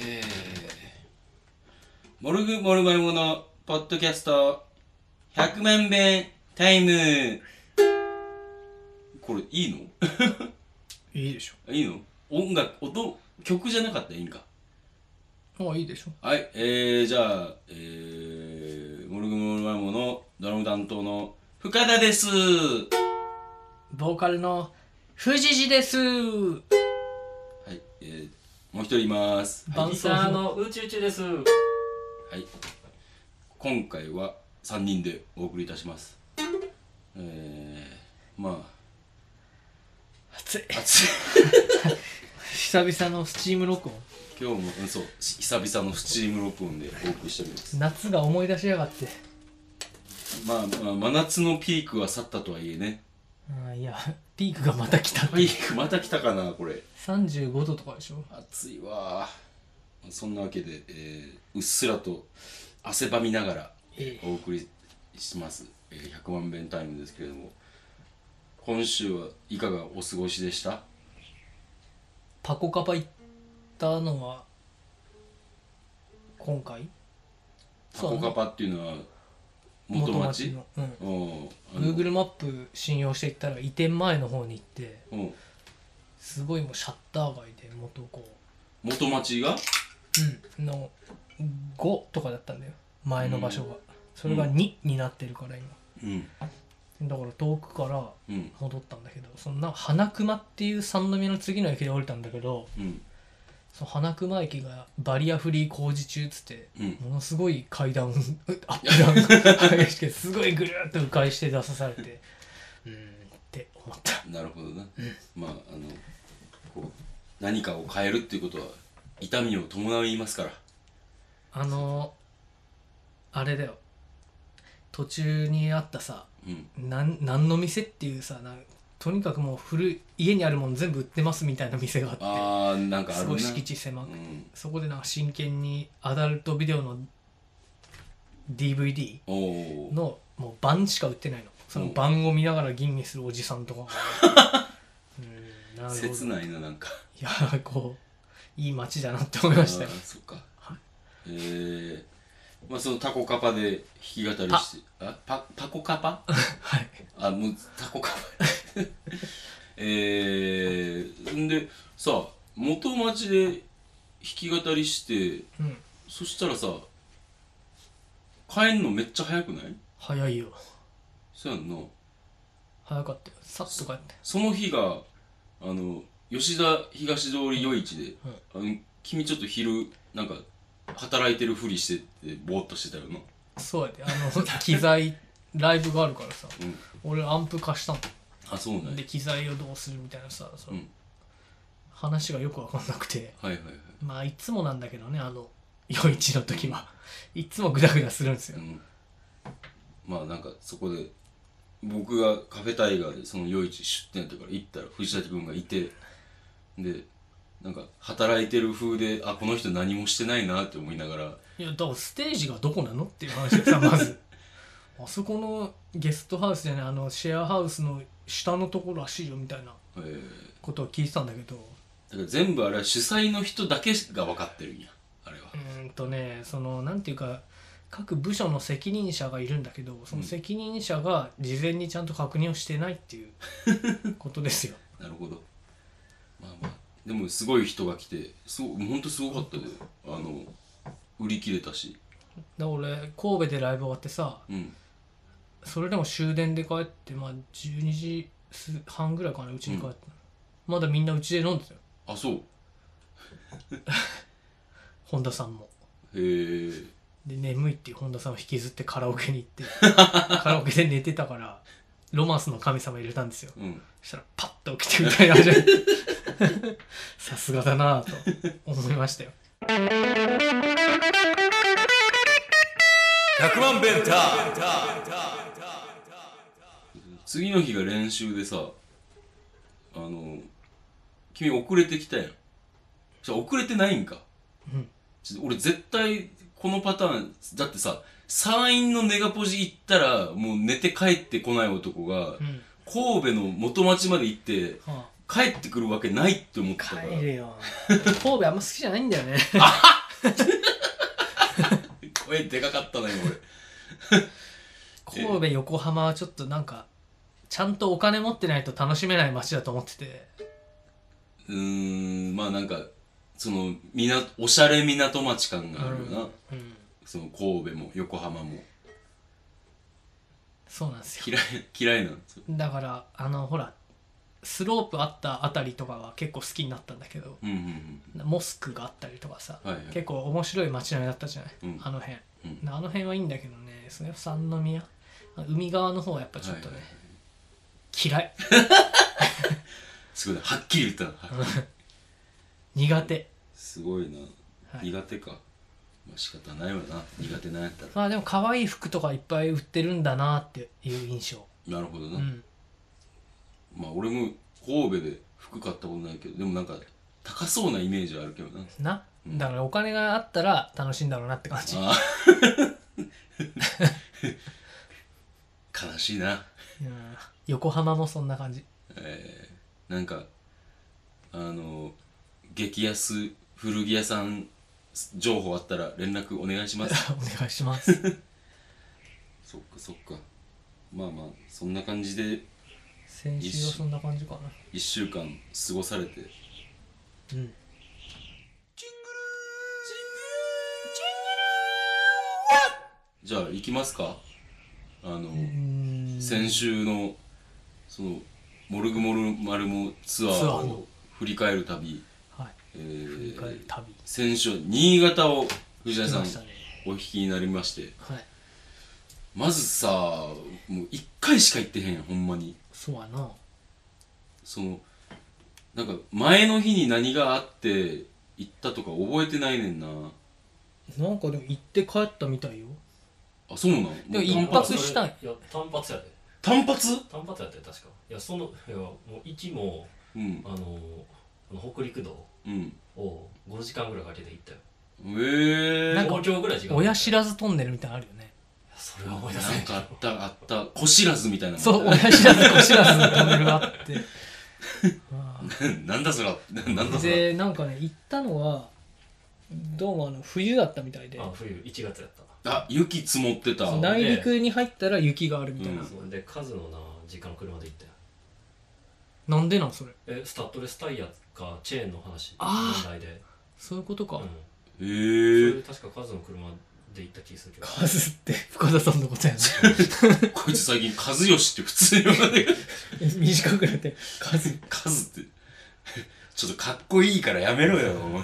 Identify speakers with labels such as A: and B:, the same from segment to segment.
A: えー、モルグモルマルモのポッドキャスト100万遍タイムこれいいの
B: いいでしょ
A: いいの音楽音曲じゃなかったらいいんか
B: ああいいでしょ
A: はいえー、じゃあえー、モルグモルマルモのドラム担当の深田です
B: ボーカルの藤次です
A: はいえー、もう一人いますはい、
B: 伴
C: ギ
B: 奏
C: ターの宇宙中です。よ
A: はい、今回は3人でお送りいたしますえー、ま
B: 熱い
A: あ暑い
B: 久々のスチーム録音
A: 今日もうんそうし久々のスチーム録音でお送りしております
B: 夏が思い出しやがって
A: まあ、まあ、真夏のピークは去ったとはいえね
B: ああいやピークがまた来た
A: ピークまた来たかなこれ
B: 35度とかでしょ
A: 暑いわそんなわけで、えーうっすらと汗ばみながら
B: ええ
A: お送りします、えー100万遍タイムですけれども今週はいかがお過ごしでした
B: パコカパ行ったのは今回
A: タコカパっていうのは元町
B: のうん
A: うんあの
B: Google マップ信用していったら移転前の方に行って
A: うん
B: すごいもうシャッター街で元こ
A: 元町が
B: う、うん、の5とかだったんだよ前の場所が、それが
A: うん
B: 2になってるから今
A: うん
B: だから遠くから
A: うん
B: 戻ったんだけどそんな花熊っていう三宮の次の駅で降りたんだけど
A: うん
B: その花熊駅がバリアフリー工事中っつって
A: うん
B: ものすごい階段 アップダウンが激しくてすごいぐるーっと迂回して出さされてうーんって思った
A: なるほどな、まああのこう何かを変えるっていうことは痛みを伴いますから
B: あのあれだよ途中にあったさ
A: うん
B: なんなんの店っていうさなんとにかくもう古い家にあるもの全部売ってますみたいな店があっ
A: あーなんかあ
B: てす
A: るな
B: ごい敷地狭
A: う
B: くて、
A: ん
B: そこでなんか真剣にアダルトビデオの DVD
A: おお
B: のもう版しか売ってないのその版を見ながら吟味するおじさ んとかがうんなるほど
A: 切ないななんか
B: いやこういい街だなって思いましたよ
A: あーそっか
B: はい
A: えー、まあそのタコカパで弾き語りしてあパタコカパ
B: はい
A: あもうタコカパ えー、んでさ元町で弾き語りして
B: うん
A: そしたらさ帰んのめっちゃ早くない
B: 早いよ
A: そうやんな
B: 早かったよさっと帰って
A: その日があの吉田東通り夜市で、あの君ちょっと昼なんか働いてるふりしててぼーっとしてたよな
B: そうやであ の機材ライブがあるからさ、
A: うん
B: 俺アンプ貸したの
A: あそうなん
B: で
A: や
B: 機材をどうするみたいなさその、
A: うん
B: 話がよく分かんなくて
A: はいはいはい
B: まあいつもなんだけどねあの夜市の時はいつもグダグダするんです
A: う
B: よ、
A: んまあなんかそこで僕がカフェタイガーでその夜市出店やったから行ったら藤崎君がいてでなんか働いてる風であこの人何もしてないなって思いながら
B: いやだからステージがどこなのっていう話でさまずあそこのゲストハウスじゃないあのシェアハウスの下のところらしいよみたいな
A: えー、
B: ことを聞いてたんだけど
A: だから全部あれは主催の人だけが分かってるんやあれは
B: うーんとねそのなんていうか各部署の責任者がいるんだけどその責任者が事前にちゃんと確認をしてないっていうことですよ
A: なるほどまあまあでもすごい人が来てすごほんとすごかったであの売り切れたし
B: だから俺神戸でライブ終わってさ
A: うん
B: それでも終電で帰ってまあ12時半ぐらいかなうちに帰って、まだみんなうちで飲んでたよ
A: あそう
B: 本田さんも
A: へえ
B: で眠いっていう本田さんを引きずってカラオケに 行ってカラオケで寝てたからロマンスの神様入れたんですよ
A: うん
B: そしたらパッと起きてみたいな 始めてさすがだなぁと思いましたよ
A: 次の日が練習でさあの君遅れてきたやんじゃ遅れてないんか、
B: うん
A: ちょ俺絶対このパターンだってさ山陰のネガポジ行ったらもう寝て帰ってこない男が、
B: うん
A: 神戸の元町まで行って
B: はあ
A: 帰ってくるわけないって思ってたから
B: 帰れよ 神戸あんま好きじゃないんだよね
A: 声でかかったね
B: 神戸横浜はちょっとなんかちゃんとお金持ってないと楽しめない街だと思ってて
A: 俺う ーんまあなんかそのみなおしゃれ港町感があるよな、
B: うん
A: その神戸も横浜も
B: そうなんですよ
A: 嫌い嫌いなんですよ
B: だからあのほらスロープあったあたりとかは結構好きになったんだけど
A: うんうんうん
B: モスクがあったりとかさ、
A: はいはい
B: 結構面白い街並みだったじゃない、
A: うん
B: あの辺、
A: うん
B: あの辺はいいんだけどねその三宮海側の方はやっぱちょっとね、
A: はいはい
B: 嫌い
A: すごいなはっきり言ったな
B: 苦手
A: すごいな、
B: はい
A: 苦手かまあ仕方ないわな苦手なんやったら
B: まあでも可愛い服とかいっぱい売ってるんだなっていう印象
A: なるほど
B: う
A: な、
B: ん
A: まあ俺も神戸で服買ったことないけどでもなんか高そうなイメージはあるけどな
B: な
A: うん
B: だからお金があったら楽しいんだろうなって感じ
A: ああ悲しいな
B: うん横浜もそんな感じ
A: えー、なんかあの激安古着屋さん情報あったら連絡お願いし
B: お
A: ます
B: 願いします
A: そっかそっかまあまあそんな感じで
B: 先週はそんな感じかな
A: 1週間過ごされて
B: うん
A: じゃあ行きますかあの、
B: うん
A: 先週のその「モルグモルマルモ」ツア
B: ツア
A: ー
B: ー
A: を
B: の
A: 振り返る旅、
B: はい
A: え
B: 振り返る
A: ー、
B: 旅
A: 先週は新潟を藤田
B: 来
A: さん
B: ましたね
A: お引きになりまして
B: はい
A: まずさもう1回しか行ってへんやんほんまに
B: そうやな
A: そのなんか前の日に何があって行ったとか覚えてないねんな
B: なんかでも行って帰ったみたいよ
A: あそうなん
B: でも
A: う単
B: 一泊したん
C: いや単発やで
A: 単発
C: 単発やって確かいやそのいやもう息も
A: うん
C: あのーあの北陸道
A: うん
C: を5時間ぐらいかけて行ったよ
A: えー、
B: なんか
C: 東京ぐらい時間
B: 親知らずトンネルみたいなのあるよね
C: それは思い出せ
A: な
C: なんい
A: かあったあった子知らずみたいなの
B: そう親知らず子知らずのトンネルがあってま
A: なんだそら ななん
B: あ
A: だそら
B: でなんかね行ったのはどうもあの冬だったみたいで
C: あ冬1月やった
A: あ雪積もってた
B: そう内陸に入ったら雪があるみたいな、
A: うん
C: そうでカズのな実家の車で行ったよ
B: なんでなんそれ
C: えスタッドレスタイヤかチェーンの話
B: あ
C: 問題で
B: そういうことか、
C: うん
A: え
C: そ
A: ー
C: れ、で確かカズの車で行った気するけど
B: カズって深田さんのことやな
A: こいつ最近和義って普通に言わない
B: 短くなってカズ
A: カズって ちょっとかっこいいからやめろよお前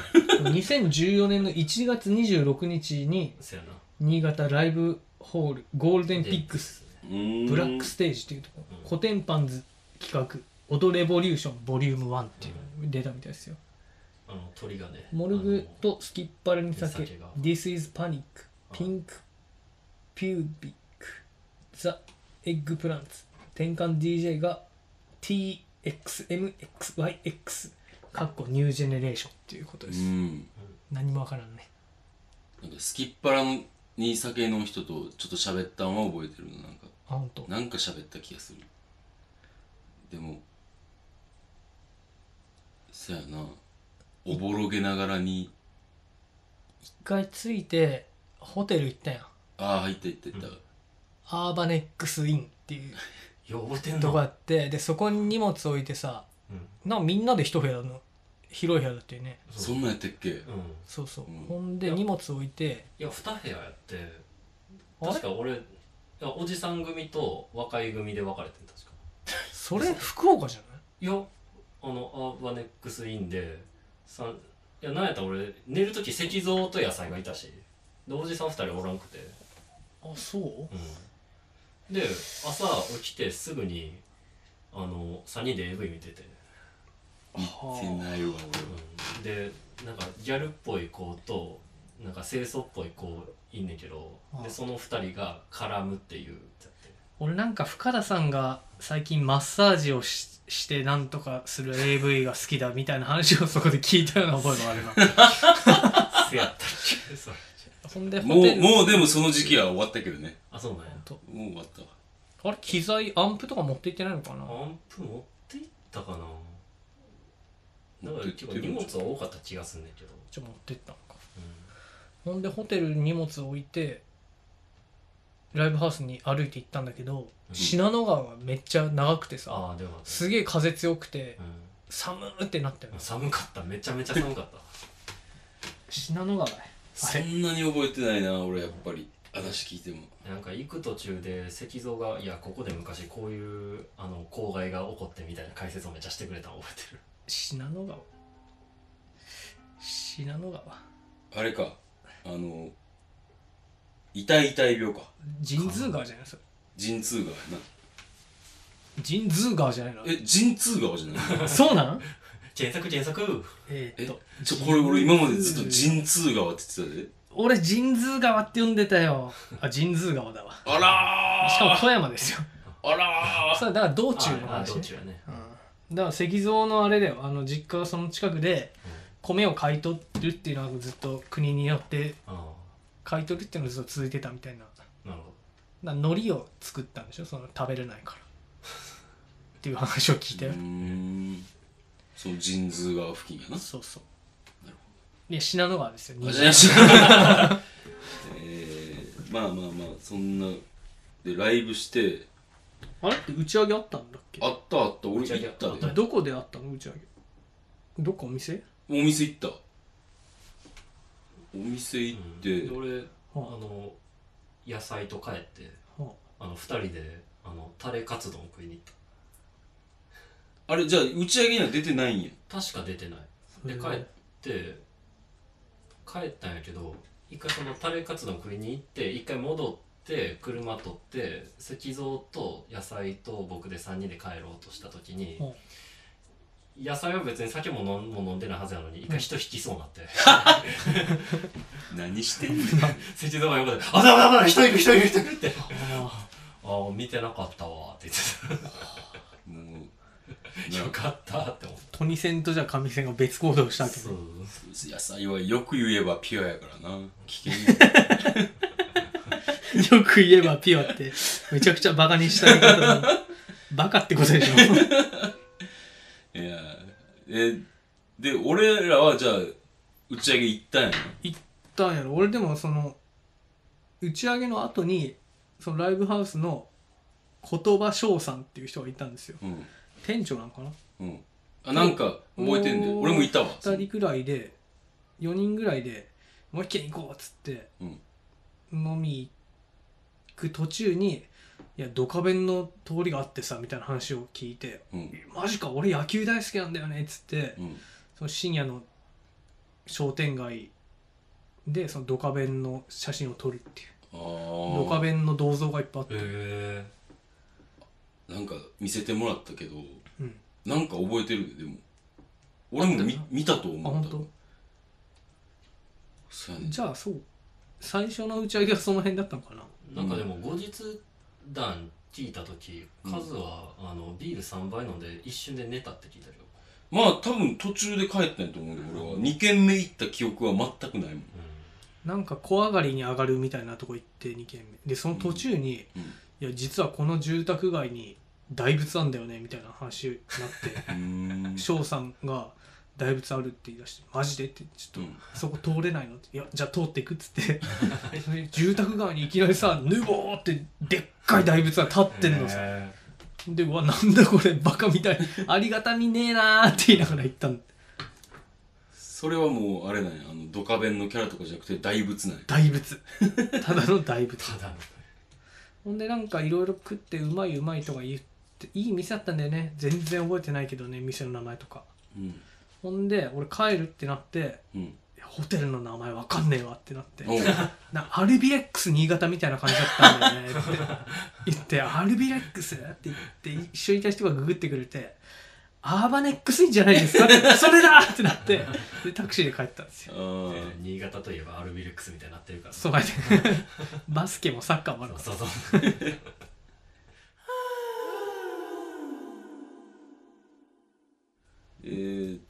B: 2014年の1月26日に
C: せやな
B: 新潟ライブホールゴールデンピックスブラックステージっていうとこ
C: うん
B: 古典パンズ企画「オドレボリューションボリューム1っていう出たみたいですよ
C: あの鳥がね
B: モルグとスキッパルに
C: あ
B: 酒
C: の酒が
B: This is Panic
C: あ
B: ピンクピュービックザ・エッグプランツ転換 DJ が TXMXYX かっこニュージェネレーションっていうこと
A: う
B: です、
A: ん
B: 何もわからんね
A: なんかスキッパラのに酒の人とちょっと喋ったんは覚えてるのなんか
B: あ本当。
A: なんか喋った気がするでもそやなおぼろげながらに
B: 一回着いてホテル行ったやん
A: ああ入っていってった、
C: うん
B: アーバネックスインっていう
C: よう覚えてん
B: と
C: の
B: こあってでそこに荷物置いてさ
C: うん
B: なんかみんなで一部屋の広い部屋だったよね
A: そんなんやったっけ
C: うん
B: そうそう、
A: うん
B: ほんで荷物置いて
C: いや2部屋やって
B: あれ
C: 確か俺いやおじさん組と若い組で分かれてる確か
B: それ福岡じゃない
C: いやあのアーバネックスインでさんいやなんやったら俺寝る時石像と野菜がいたしでおじさん2人おらんくて、
B: あそう
C: うん、で朝起きてすぐにあの3人で AV 見てて、
A: 見てないわ
C: うん、でなんかギャルっぽい子となんか清楚っぽい子いんねんけど
B: あ
C: でその2人が絡むっていう
B: 俺なんか深田さんが最近マッサージをししてなんとかする AV が好きだみたいな話をそこで聞いたような覚えもあるな
C: せやったっけそれ
B: ほんで
A: も
B: ホテ
A: う
B: ル
A: もうでもその時期は終わったけどね
C: あそうなんや
A: もう終わったわ
B: あれ機材アンプとか持って行ってないのかな
C: アンプ持っていったかなだから結構荷物は多かった気がすんねんけど、
B: ちょっと持ってったのか
C: う
B: ほんでホテルに荷物を置いてライブハウスに歩いて行ったんだけど、
C: うん
B: 信濃川がめっちゃ長くて
C: ん、
B: さ
C: ああでも、
B: すげえ風強くて
C: う
B: 寒ーってなったよね
C: ん、寒かっためちゃめちゃ寒かった
B: 信濃川
A: そんなに覚えてないな俺やっぱり話聞いても
C: なんか行く途中で石像がいやここで昔こういうあの公害が起こってみたいな解説をめっちゃしてくれたの覚えてる
B: 信濃川信濃川
A: あれかあの痛い痛い病か
B: 神通川じゃないそれ
A: 陣痛川や
B: 神通川じゃないの
A: なえ陣痛川じゃない
B: そうなん
C: 検索検索
B: えーっと
A: ちょこれ俺今までずっと陣痛川って言ってたで
B: 俺神通川って呼んでたよあ神通川だわ
A: あらー
B: しかも富山ですよ
A: あら
B: それだから道中の
C: ああ
B: 話
C: 道
B: ね
C: 中やね
B: うんだから石像のあれだよあの実家がその近くで米を買い取るっていうのはずっと国によって
C: うんあ
B: 買い取るっていうのがずっと続いてたみたいなだか
C: あなるほ
B: ら海苔を作ったんでしょその食べれないから っていう話を聞いた
A: ーう
B: よ、
A: ーんその陣痛川付近やな
B: そうそう
A: なる
B: いや信濃川ですよ
A: あ
B: 西
A: じゃあ えー、まあまあまあそんなでライブして
B: あれって打ち上げあったんだっけ
A: あったあった俺
C: 打ち上げ
A: 行った
C: あっ
A: で
B: どこであったの打ち上げどこお店
A: お店行ったお店行っ
C: ど、
A: て、
C: で俺あ
B: は
C: の野菜と帰って
B: あは
C: あの二人であのタレカツ丼食いに行っ
A: あれじゃあ打ち上げには出てないんや
C: た確か出てない
B: あ
C: で帰って帰ったんやけど一回そのタレカツ丼食いに行って一回戻って車取って石像と野菜と僕で3人で帰ろうとした時に
B: ほ
C: 野菜は別に酒も飲んもう飲んでないはずやのに一回人引きそうになって
A: 何してん の
C: 石像が横で「あだだだ人いる人いる人いる」 って
B: あ
C: 「ああ見てなかったわ」って言って
A: もう
C: た「
A: な
C: よかった」って思っ
B: トニセンとじゃあ神センが別行動した
C: た
B: わけど
A: 野菜はよく言えばピュアやからな危険や
B: よく言えばピュアってめちゃくちゃバカにした言い方だなバカってことでしょ
A: いやえで俺らはじゃあ打ち上げ行ったんやな
B: 言ったんやろ俺でもその打ち上げの後にそのライブハウスの言葉翔さんっていう人がいたんですよ
A: うん
B: 店長なのかな
A: うんあなんか覚えてんで
B: おー
A: 俺もいたわ
B: 2人くらいで4人ぐらいでもう一軒行こうっつって、
A: うん
B: 飲み行く途中に「いやドカベンの通りがあってさ」みたいな話を聞いて
A: うん
B: 「マジか俺野球大好きなんだよね」っつって
A: うん
B: その深夜の商店街でそのドカベンの写真を撮るっていう
A: あ
B: ドカ
A: ー
B: ベンの銅像がいっぱいあって、
C: え
A: なんか見せてもらったけど
B: うん、
A: なんか覚えてるででも俺も
B: あった
A: 見
B: よな
A: 見たと
B: あ
A: 思う
B: 本当
A: そうやね
B: じゃあそう最初の打ち上げはその辺だったのかな
C: なんかでも後日談聞いた時
A: うん
C: カズは、あのビール3杯飲んで一瞬で寝たって聞いたけど、
A: まあ多分途中で帰ったんやと思うよ俺は2軒目行った記憶は全くないもん
B: なんか小上がりに上がるみたいなとこ行って2軒目でその途中に、
A: うん
B: いや実はこの住宅街に大仏あんだよねみたいな話になって
A: うーん
B: 翔さんが「大仏ある」って言い出して「マジで?」ってちょっと。そこ通れないのっていやじゃあ通っていくっつって それ住宅街にいきなりさヌボーってでっかい大仏が立ってんのさ、
C: へ
B: でうわなんだこれバカみたいありがたみねえなーって言いながら行ったの
A: それはもうあれなんやあのドカベンのキャラとかじゃなくて大仏なんや
B: 大仏 ただの大
C: ー
B: 仏
C: ただの
B: ほんでなんかいろいろ食ってうまいうまいとか言っていい店だったんだよね全然覚えてないけどね店の名前とか
A: うん
B: ほんで俺帰るってなって
A: うん
B: いやホテルの名前わかんねえわってなって
A: おう
B: な RBX 新潟みたいな感じだったんだよねって言って RBX って言って一緒にいた人がググってくれてアーバネックスインじゃないですかってそれだってなってでタクシーで帰ったんですよ
A: あ
C: え
A: ー
C: ー新潟といえばアルビレックスみたいになってるから
B: そうやって バスケもサッカーもあるから
C: そうそう
A: えー、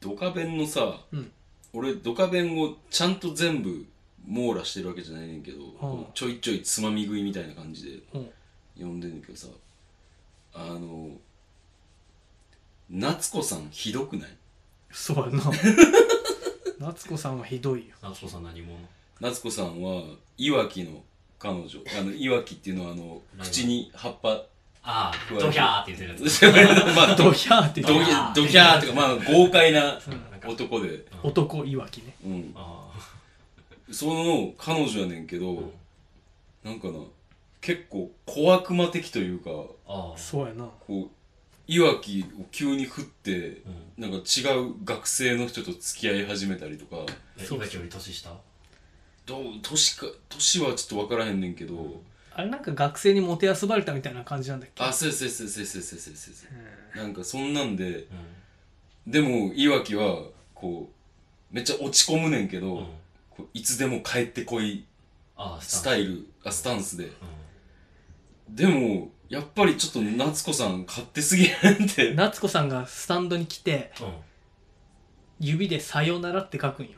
A: ドカベンのさ、
B: うん
A: 俺ドカベンをちゃんと全部網羅してるわけじゃないねんけど、
B: はあ
A: ちょいちょいつまみ食いみたいな感じで
B: うん
A: 呼んでんねんけどさあの夏子さんひどくない
B: そうやんな夏子さんはひどいよ
C: 夏子さん何者
A: 夏子さんはいわきの彼 女あのいわきっていうのはあの口に葉っぱ
C: ああドヒャーって言ってるやつ
A: まあ
B: ド
A: ド
B: ヒャーって
A: ドギ
B: 言って
A: ャドギャーとかまあ豪快な
C: なんか
A: 男で、
B: 男いわきね
A: うん、
C: あ
A: その彼女やねんけど、
C: ー
A: なんかな結構小悪魔的というか
C: あー
B: そうやな
A: こういわきを急に振って
C: うん
A: なんか違う学生の人と付き合い始めたりとか
C: え
B: そう
C: 岩城より年下
A: どう年か年はちょっと分からへんねんけど、
B: あれなんか学生にもてあそばれたみたいな感じなんだっけ
A: あそうそうそうそうそうそうそうそう
B: うん
A: なんかそんなんで
C: う
A: でもいわきはこうめっちゃ落ち込むねんけど、
C: んうん
A: こういつでも帰ってこい
C: ああ
A: ス
C: イ
A: タイルあスタンスででもやっぱりちょっと夏子さん勝手すぎやんって
B: 夏子さんがスタンドに来て
C: ルうん
B: 指で「さよなら」って書くんよ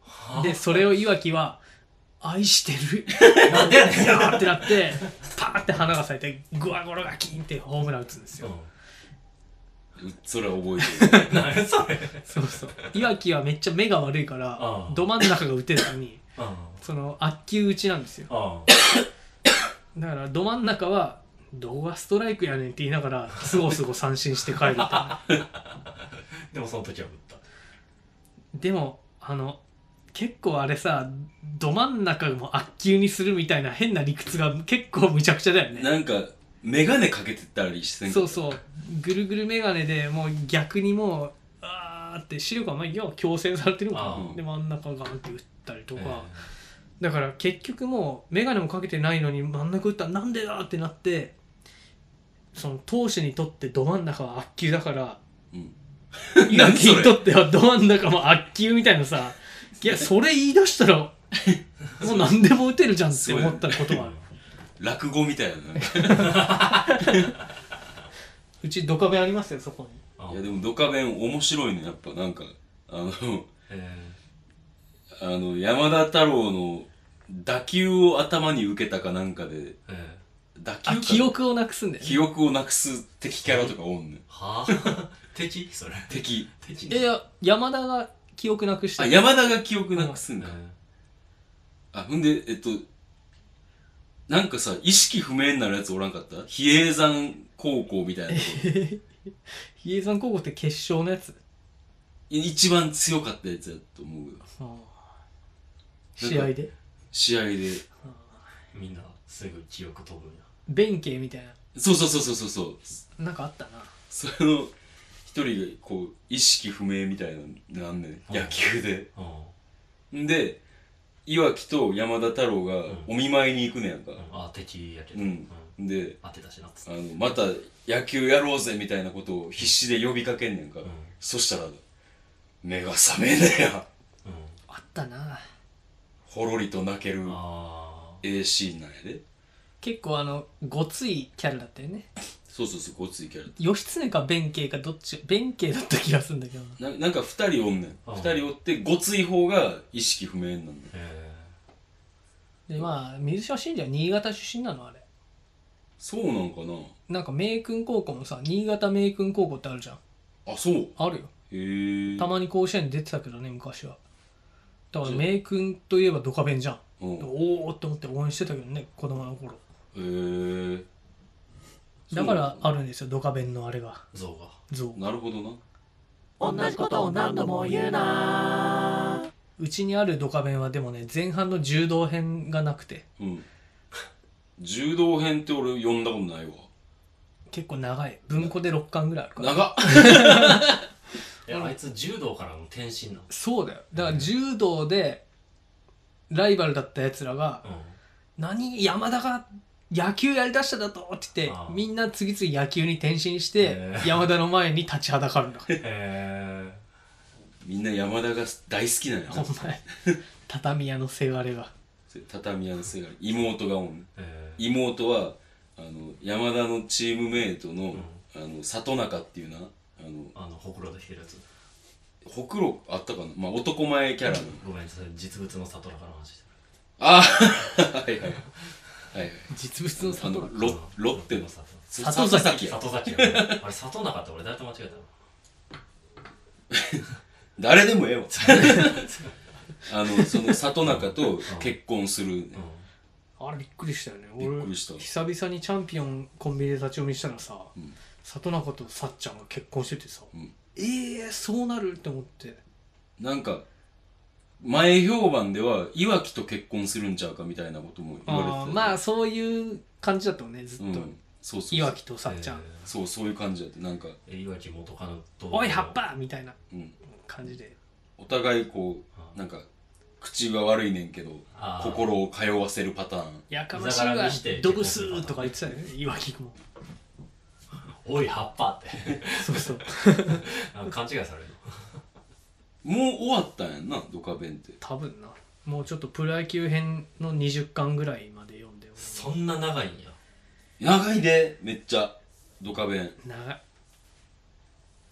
C: はあ
B: でそれをいわきは「愛してる」
C: なんでやねん
B: ギャーってなってパーって花が咲いてグワゴロがキーンってホームラン打つんですよ
A: うっそら覚えてる
C: うん何それ
B: そうそういわきはめっちゃ目が悪いから
C: ああ
B: ど真ん中が打てずに
C: うんあ
B: その悪球打ちなんですよ
C: あ
B: だからど真ん中は「どうがストライクやねん」って言いながらすごすご三振して帰るみたいな
C: でもその時はぶった
B: でもあの結構あれさど真ん中も悪球にするみたいな変な理屈が結構むちゃくちゃだよね
A: なんか眼鏡かけてたりしてん
B: そう
A: う
B: そうぐるぐる眼鏡でもう逆にもうあーって視力はまあ要は強制されてるのか
C: あ
B: な
A: あ
B: で真ん中ガンって打ったりとか、
C: えー
B: だから結局もう眼鏡もかけてないのに真ん中打ったらなんでだってなってその投手にとってど真ん中は悪球だから
A: うん何
B: 岩木
A: それ
B: にとってはど真ん中も悪球みたいなさいやそれ言い出したらもう何でも打てるじゃんって思ったことはある
A: 落語みたいななんか
B: うちドカベンありますよそこに
C: あ
A: いやでもドカベン面白いねやっぱなんかあの
C: え
A: あの山田太郎の打球を頭に受けたかなんかで
C: ーえ
A: 打球
B: あ
A: か
B: 記憶をなくすんだよね
A: 記憶をなくす敵キャラとかおんねん
C: ーはあ 敵それ
A: 敵
C: 敵
B: いやいや山田が記憶なくして
A: あ
B: る
A: 山田が記憶なくす
C: うんん
A: だ、あほんでえっとなんかさ意識不明になるやつおらんかった比叡山高校みたいなとこ
B: 比叡山高校って決勝のやつ
A: い一番強かったやつやと思うよ
B: 試合で
A: 試合で
C: みんなすぐ記憶飛ぶんや
B: 弁慶みたい
A: そうそうそうそうそうそう
B: ななんかあったな
A: その一人がこう意識不明みたいなのなんねん
C: うん
A: 野球で
C: うん
A: んでいわきと山田太郎がお見舞いに行くねやんか、
C: うんあー敵やけ
A: う
C: ど
A: んで
C: 当てたしなっつ
A: あ
C: って
A: のまた野球やろうぜみたいなことを必死で呼びかけんねんか、
C: うん
A: そしたら目が覚めんねや
C: うん
B: あったな
A: ほろりと泣ける
C: あ
A: ええシーンなんやで
B: 結構あのごついキャラだったよね
A: そうそうそうごついキャラ
B: 義経か弁慶かどっち弁慶だった気がするんだけどな
A: ななんか二人おんねん
C: うん
A: 二人おってごつい方が意識不明になんねん
C: ーえ
B: でまあ水島信者は新潟出身なのあれ
A: そうなんか
B: なんか明君高校もさ新潟明君高校ってあるじゃん
A: なあそう
B: あるよ
A: へえ
B: たまに甲子園出てたけどね昔はだから明君といえばドカベンじゃん
A: うん
B: おおって思って応援してたけどね子供の頃
A: へえ
B: だからあるんですよドカベンのあれが
C: ー像が
B: 像
A: なるほどな
B: 同じことを何度も言うなうちにあるドカベンはでもね前半の柔道編がなくて
A: うん柔道編って俺読んだことないわ
B: 結構長い文庫で6巻ぐらいあるから
A: 長っ
C: いやあいつ柔道からの転身なの
B: そうだよだから柔道でライバルだったやつらが
C: うん
B: 「何山田が野球やりだしただと」って言って
C: あー
B: みんな次々野球に転身して
C: へー
B: 山田の前に立ちはだかるんだから
C: え
A: みんな山田が大好きなんやな
B: お前 畳屋のせがれが
A: 畳屋のせが妹がおん
C: ーえー
A: 妹はあの山田のチームメイトの,、あの里中っていうなあの
C: あのほくろで引けるやつ
A: ほくろあったかな、まあ、男前キャラの
C: ごめんそれ実物の里中の話してる
A: ああはいはいはいはい
B: 実物の
A: あ
B: 里
A: の
B: 中
A: ロロッテの
C: 里
B: 里
A: 里崎
B: 崎
A: や
C: 里崎やあれ里中って俺誰と間違えたの
A: 誰でもええわ あのその里中と結婚する、
B: あれびっくりしたよね
A: びっ
B: 俺
A: くりした
B: 久々にチャンピオンコンビニで立ち読みしたらさ、
A: うん
B: 里中とさっちゃんが結婚しててさ、
A: うん
B: ええそうなるって思って
A: なんか前評判ではいわきと結婚するんちゃうかみたいなことも言われて
B: あ
A: た
B: ーまあそういう感じだったもんねずっと、
A: うん、そうそう
B: い
A: そう
B: わきとさっちゃん、
A: そうそういう感じやってなんか、
C: えーいわき元カノと
B: おい葉っぱみたいな
A: うん、
B: 感じで
A: お互いこうなんか口が悪いねんけど
C: あー
A: 心を通わせるパターン
B: やかましい
C: 居酒屋
B: わ
C: にして
B: ドブスーとか言ってたよねいわきも
C: おい葉っぱって
B: そうそう
C: なんか勘違い される
A: もう終わったんやんなドカベンって
B: 多分なもうちょっとプロ野球編の20巻ぐらいまで読んで
C: そんな長い んや
A: 長いでめっちゃドカベン
B: 長い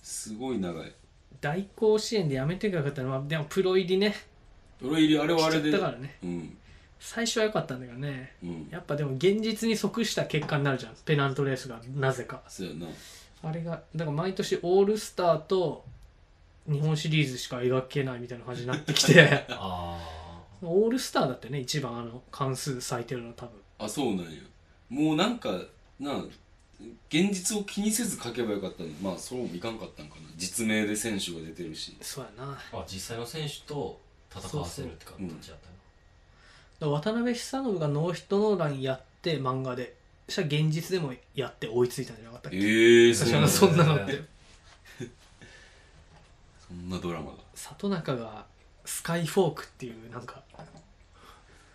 A: すごい長い
B: 大甲子園でやめてからよかったら、まあ、でもプロ入りね
A: プロ入りあれ
B: しち
A: はあ
B: ゃ
A: れ
B: っ
A: で
B: たからね
A: うん
B: 最初は良かったんだけどね
A: うん
B: やっぱでも現実に即した結果になるじゃんペナントレースがなぜか
A: そうやな
B: あれがだから毎年オールスターと日本シリーズしか描けないみたいな感じになってき て
C: あ
B: オールスターだってね一番あの関数咲いてるの多分
A: あそうなんやもうなんかな現実を気にせず書けばよかったのにまあそうもいかんかったんかな実名で選手が出てるし
B: そうやなだか
C: ーあ実際の選手と戦わせるって
A: そうそう
C: 形やった
B: ら
C: よ
B: 渡辺久信がノーヒットノーランやって漫画でそしたら現実でもやって追いついたんじゃなかったっけ
A: ええー、そ
B: 確
A: ん
B: か
A: な
B: に
A: そ
B: そ
A: ん
B: んなのって
A: なドラマが
B: 里中がスカイフォークっていうなんか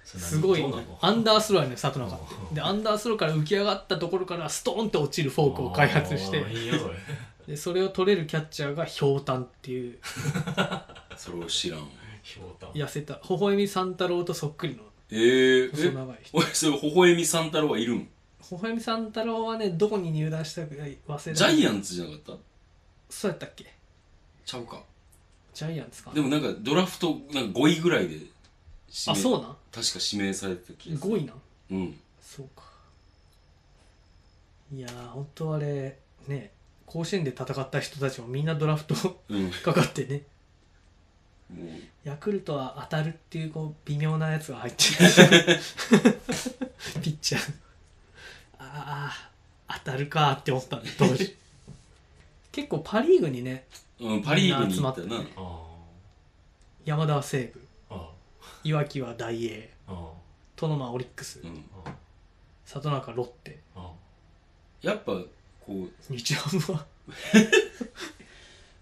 C: それ何
B: すごい
C: どうなの
B: アンダースローやね里中
C: うん
B: でアンダースローから浮き上がったところからストーンって落ちるフォークを開発し
C: あー
B: て
C: いいよ それ
B: でそれを取れるキャッチャーがひょうたんっていう
A: それを知らん
C: ひょうたん
B: 痩せた微笑み三太郎とそっくりの
A: ええ
B: 細
A: ー、え
B: 長い人
A: おいそれ微笑み三太郎はいるん
B: 微笑み三太郎はねどこに入団したか忘れ
A: ジャイ
B: ン
A: アンツじゃなかった
B: そうやったっけ
A: ちゃうか
B: ジャイアンツか
A: でもなんかドラフトなんか5位ぐらいで指名
B: あそうなん
A: 確か指名されてた気がする
B: 5位なん
A: うん
B: そうかいやー本当あれね甲子園で戦った人たちもみんなドラフト
A: うん
B: かかってね
A: もう
B: ヤクルトは当たるっていうこう微妙なやつが入ってる ピッチャーああ当たるかーって思ったんで当時 結構パ・リーグにね
A: うん、パ・リーグに行ったな
B: みんな集まって
C: あ
B: 山田は西武
C: ーあ
B: いわきは大英
C: ーあ
B: 殿間オリックス
A: うん、
C: ー
B: 里中ロッテ
C: あ
A: やっぱこう
B: 日ハムは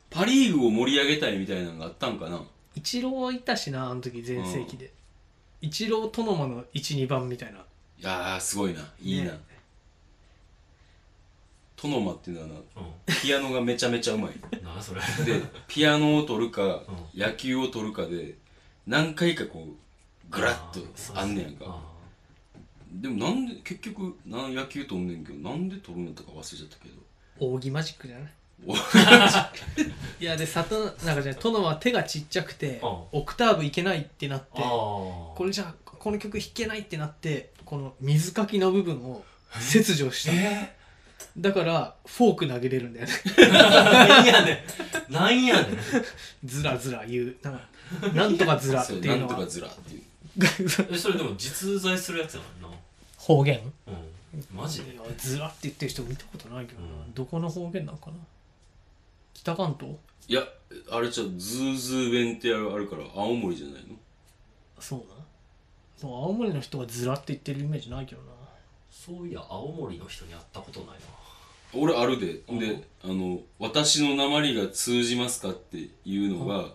A: パ・リーグを盛り上げたいみたいなのがあったんかな
B: イチローいたしなあの時全盛期で、イチロー殿間の12番みたいない
A: やーすごいないいな、
B: ね
A: トノマっていうのはな
C: ーうん
A: ピアノがめちゃめちゃうまい
C: なんだそれ
A: でピアノを取るか野球を取るかで何回かこうグラッとあんねやんか
C: あ
A: でもなんで結局な野球とんねんけどなんで取るのとか忘れちゃったけど
B: 扇マジックじゃない
A: お
B: いやで里中じゃない殿間は手がちっちゃくて
C: うん
B: オクターブいけないってなっ
C: ー
B: て
C: あ
B: これじゃこの曲弾けないってなってこの水かきの部分を切除した
C: え
B: だからフォーク投げれるんだよね
C: なんやねんなんやねん
B: ずらずら言うなんかなんとかずらって
A: そう
B: い
A: な
B: うんの
A: とか
B: は
A: ずらっていう
C: えそれでも実在するやつやもんな
B: 方言
C: うんマジ
B: い
C: で
B: やずらって言ってる人見たことないけどな、
C: うん
B: どこの方言なのかな北関東
A: いやあれちゃうズーズー弁ってあるあるから青森じゃないの
B: そうなそう青森の人がずらって言ってるイメージないけどな
C: そういや青森の人に会ったことないな
A: 俺あるで、
C: うん
A: であの「私の鉛が通じますか?」っていうのが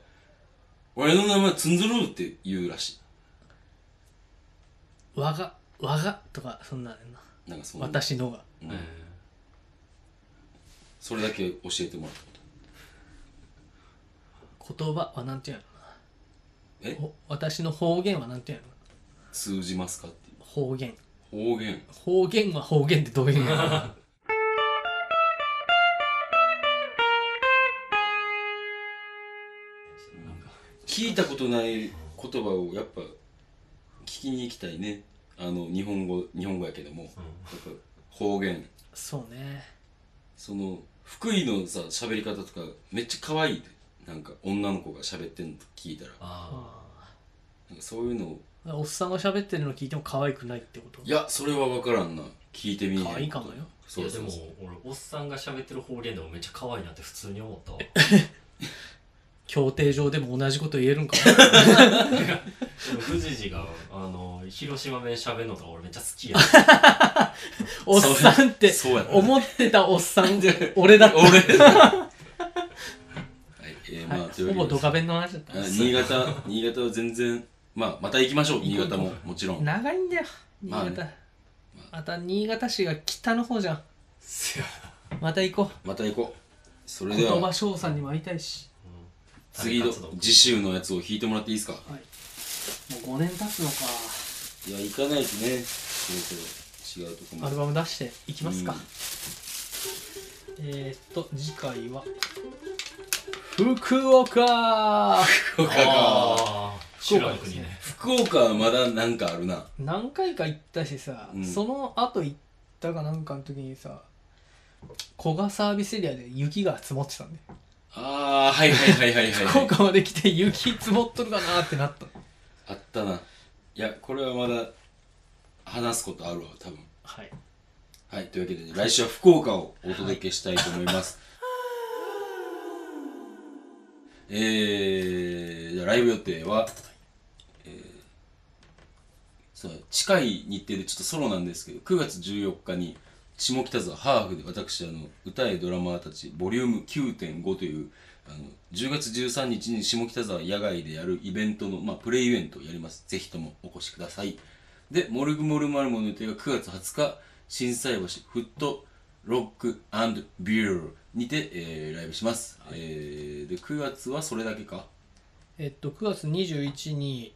A: 「俺の名前つんずるう」って言うらし
B: わがわがとかそんなんやな、
A: いなんかその
B: 私のが
A: うん
C: え
A: それだけ教えてもらったこと
B: 言葉はなんて言うの
A: え
B: やろなほ私の方言はなんて言うのや
A: 通じますかっていう
B: ろ方言
A: 方言
B: 方言は方言ってどういう意味な の
C: ーなんか
A: 聞いたことない言葉をやっぱ聞きに行きたいねあの日本語日本語やけどもやっ
C: うん
A: ぱ方言
B: そうね
A: その福井のさ喋り方とかめっちゃ可愛いでなんか女の子が喋ってんの聞いたら
C: あ
A: なんかそういうのを
B: おっさんが喋ってるの聞いても可愛くないってこと
A: いやそれは分からんな聞いてみねえ
B: 可愛いかもよ
C: あい
A: そ
C: や
A: う
C: で
A: そう
C: も
A: そう
C: 俺おっさんが喋ってる方言でもめっちゃ可愛いなって普通に思ったわ
B: 協定上でも同じこと言えるんか な
C: でも藤次があの広島弁喋るのとか俺めっちゃ好きや
B: おっさんって
A: そうやな
B: 思ってたおっさん俺だった、
A: 俺はいえーまあというわけで
B: ほぼドカ弁の話だった
A: あ新潟新潟は全然まあまた行きましょう新潟ももちろん
B: 長いんだよ新
A: まあ
B: 潟、
A: ね
B: また新潟市が北の方じゃん
C: せや
B: また行こ
A: また行こうそれ
B: う
A: で
B: 言葉
A: は
B: 翔さんにも会いたいし
A: 次の
C: 活動
A: 次週のやつを弾いてもらっていいですか
B: もう5年経つのか
A: いや行かないとねそろそろ違うとこ
B: ア
A: も
B: ルバム出していきますか
A: うん、
B: えー、っと次回は福岡
A: 福岡か
C: ああ
B: 福
C: 修
B: 岡
C: 羅の
B: ですね
C: 国ね
A: 福岡はまだなんかあるな
B: 何回か行ったしさ、
A: うん
B: その後行ったかなんかの時にさ古賀サービスエリアで雪が積もってたんで、
A: ああはいはいはいはいはい、
B: 福岡まで来て雪積もっとるかなーってなった
A: あったないやこれはまだ話すことあるわ多分
B: はい
A: はいというわけで来週は福岡をお届けしたいと思います、えー、じゃあライブ予定は、えーそう近い日程でちょっとソロなんですけど9月14日に下北沢ハーフで私あの歌えドラマーたちボリューム9.5というあの10月13日に下北沢野外でやるイベントの、まあ、プレイイベントをやりますぜひともお越しくださいでモルグモルマルモの予定が9月20日心斎橋フットロックビューにて、えーライブします、えーで9月はそれだけか
B: えっと9月21に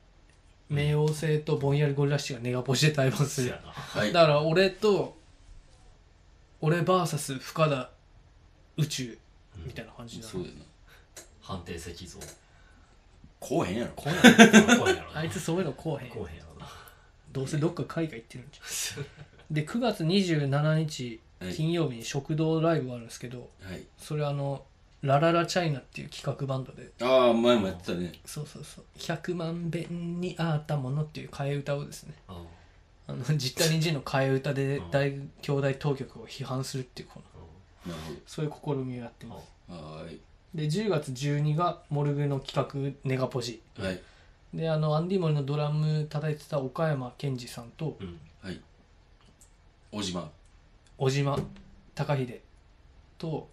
B: 冥王星とぼんやりゴリラ氏がネガポジで対バンす
C: せ
B: る
C: やな
A: はい
B: だから俺と俺 VS 深田宇宙みたいな感じだな、
A: そうだよな
C: 判定石像
A: こうへんやろ
C: 怖いな怖いやろな
B: あいつそういうのこうへん
C: 怖いやろな
B: どうせどっか海外行ってるんじ ゃんで9月27日
A: はい
B: 金曜日に食堂ライブがあるんですけど
A: はい
B: それあのラララチャイナっていう企画バンドで
A: ああ前もやってたね
B: そうそうそう「100万遍にあったもの」っていう替え歌をですね
C: あの
B: あの実体人の替え歌で
C: うん
B: 大兄弟当局を批判するっていうこの
A: なる
B: そういう試みをやってます
A: ほどはーい
B: で10月12がモルグの企画ネガポジ
A: はい
B: であのアンディモリのドラム叩いてた岡山健二さんと
C: うん
A: はい小島
B: 小島貴秀と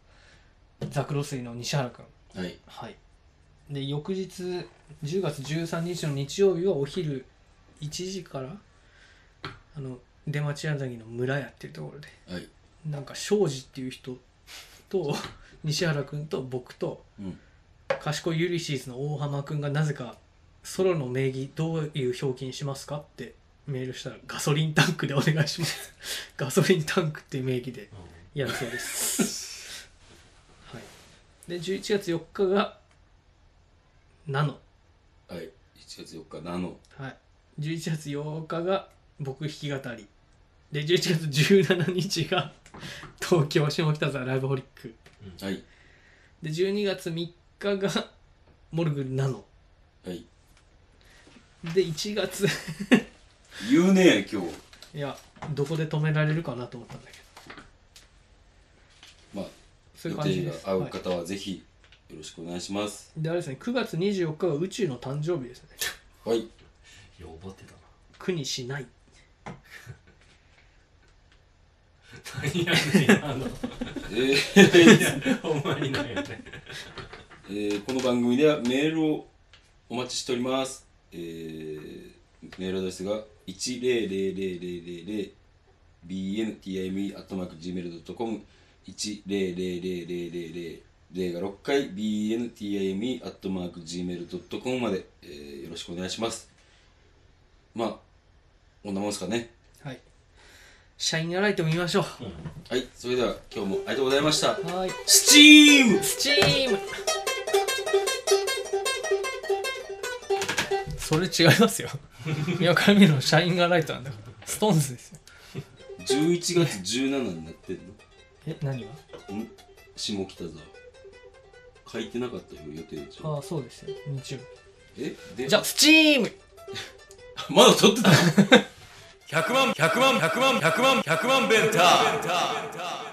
B: ザクロスイの西原君
A: はい
B: はいで翌日10月13日の日曜日はお昼1時からあの出町柳の村屋っていうところで
A: はい
B: なんか庄司っていう人と西原君と僕と
A: うん
B: 賢いユリシーズの大浜君がなぜかソロの名義どういう表記にしますかってメールしたらガソリンタンクでお願いしますガソリンタンクっていう名義でやるそうです、はい、で11月4日がナノ、
A: はい1月4日なの
B: はい、11月8日が僕弾き語りで11月17日が東京下北沢ライブホリック
A: はい
B: で12月3日がモルグルナノ
A: はい
B: で1月
A: 言うね今日
B: いやどこで止められるかなと思ったんだけど
A: まあ
B: そうい
A: 予
B: う感じ
A: 定
B: で
A: が
B: す、
A: 合
B: は
A: う
B: い、
A: 方はぜひよろしくお願いします
B: であれですね9月24日は宇宙の誕生日ですね
A: はい
C: よう覚えてたな
B: 苦にしない
C: 何やねんあの
A: えー
C: いやほんまにないよね
A: えーこの番組ではメールをお待ちしております。えーメールアドレスが 1000000bntime.gmail.com 1000000が6回 bntime.gmail.com まで、えーよろしくお願いします。まあ、こんなもんですかね。
B: はいシャインアライト見ましょ
A: はい、それでは今日もありがとうございました。
B: うはい
A: スチーム
B: スチームそれ違いま すよ宮上のシャインがライトなんだからストーンズですよ
A: !11 月17になってんの
B: え何が
A: ん下北沢書いてなかったよ予定じゃん
B: ああそうですよ日曜
A: えで
D: じゃあ、スチーム
A: まだ撮ってた
E: 100万100万100万100万100万ベンター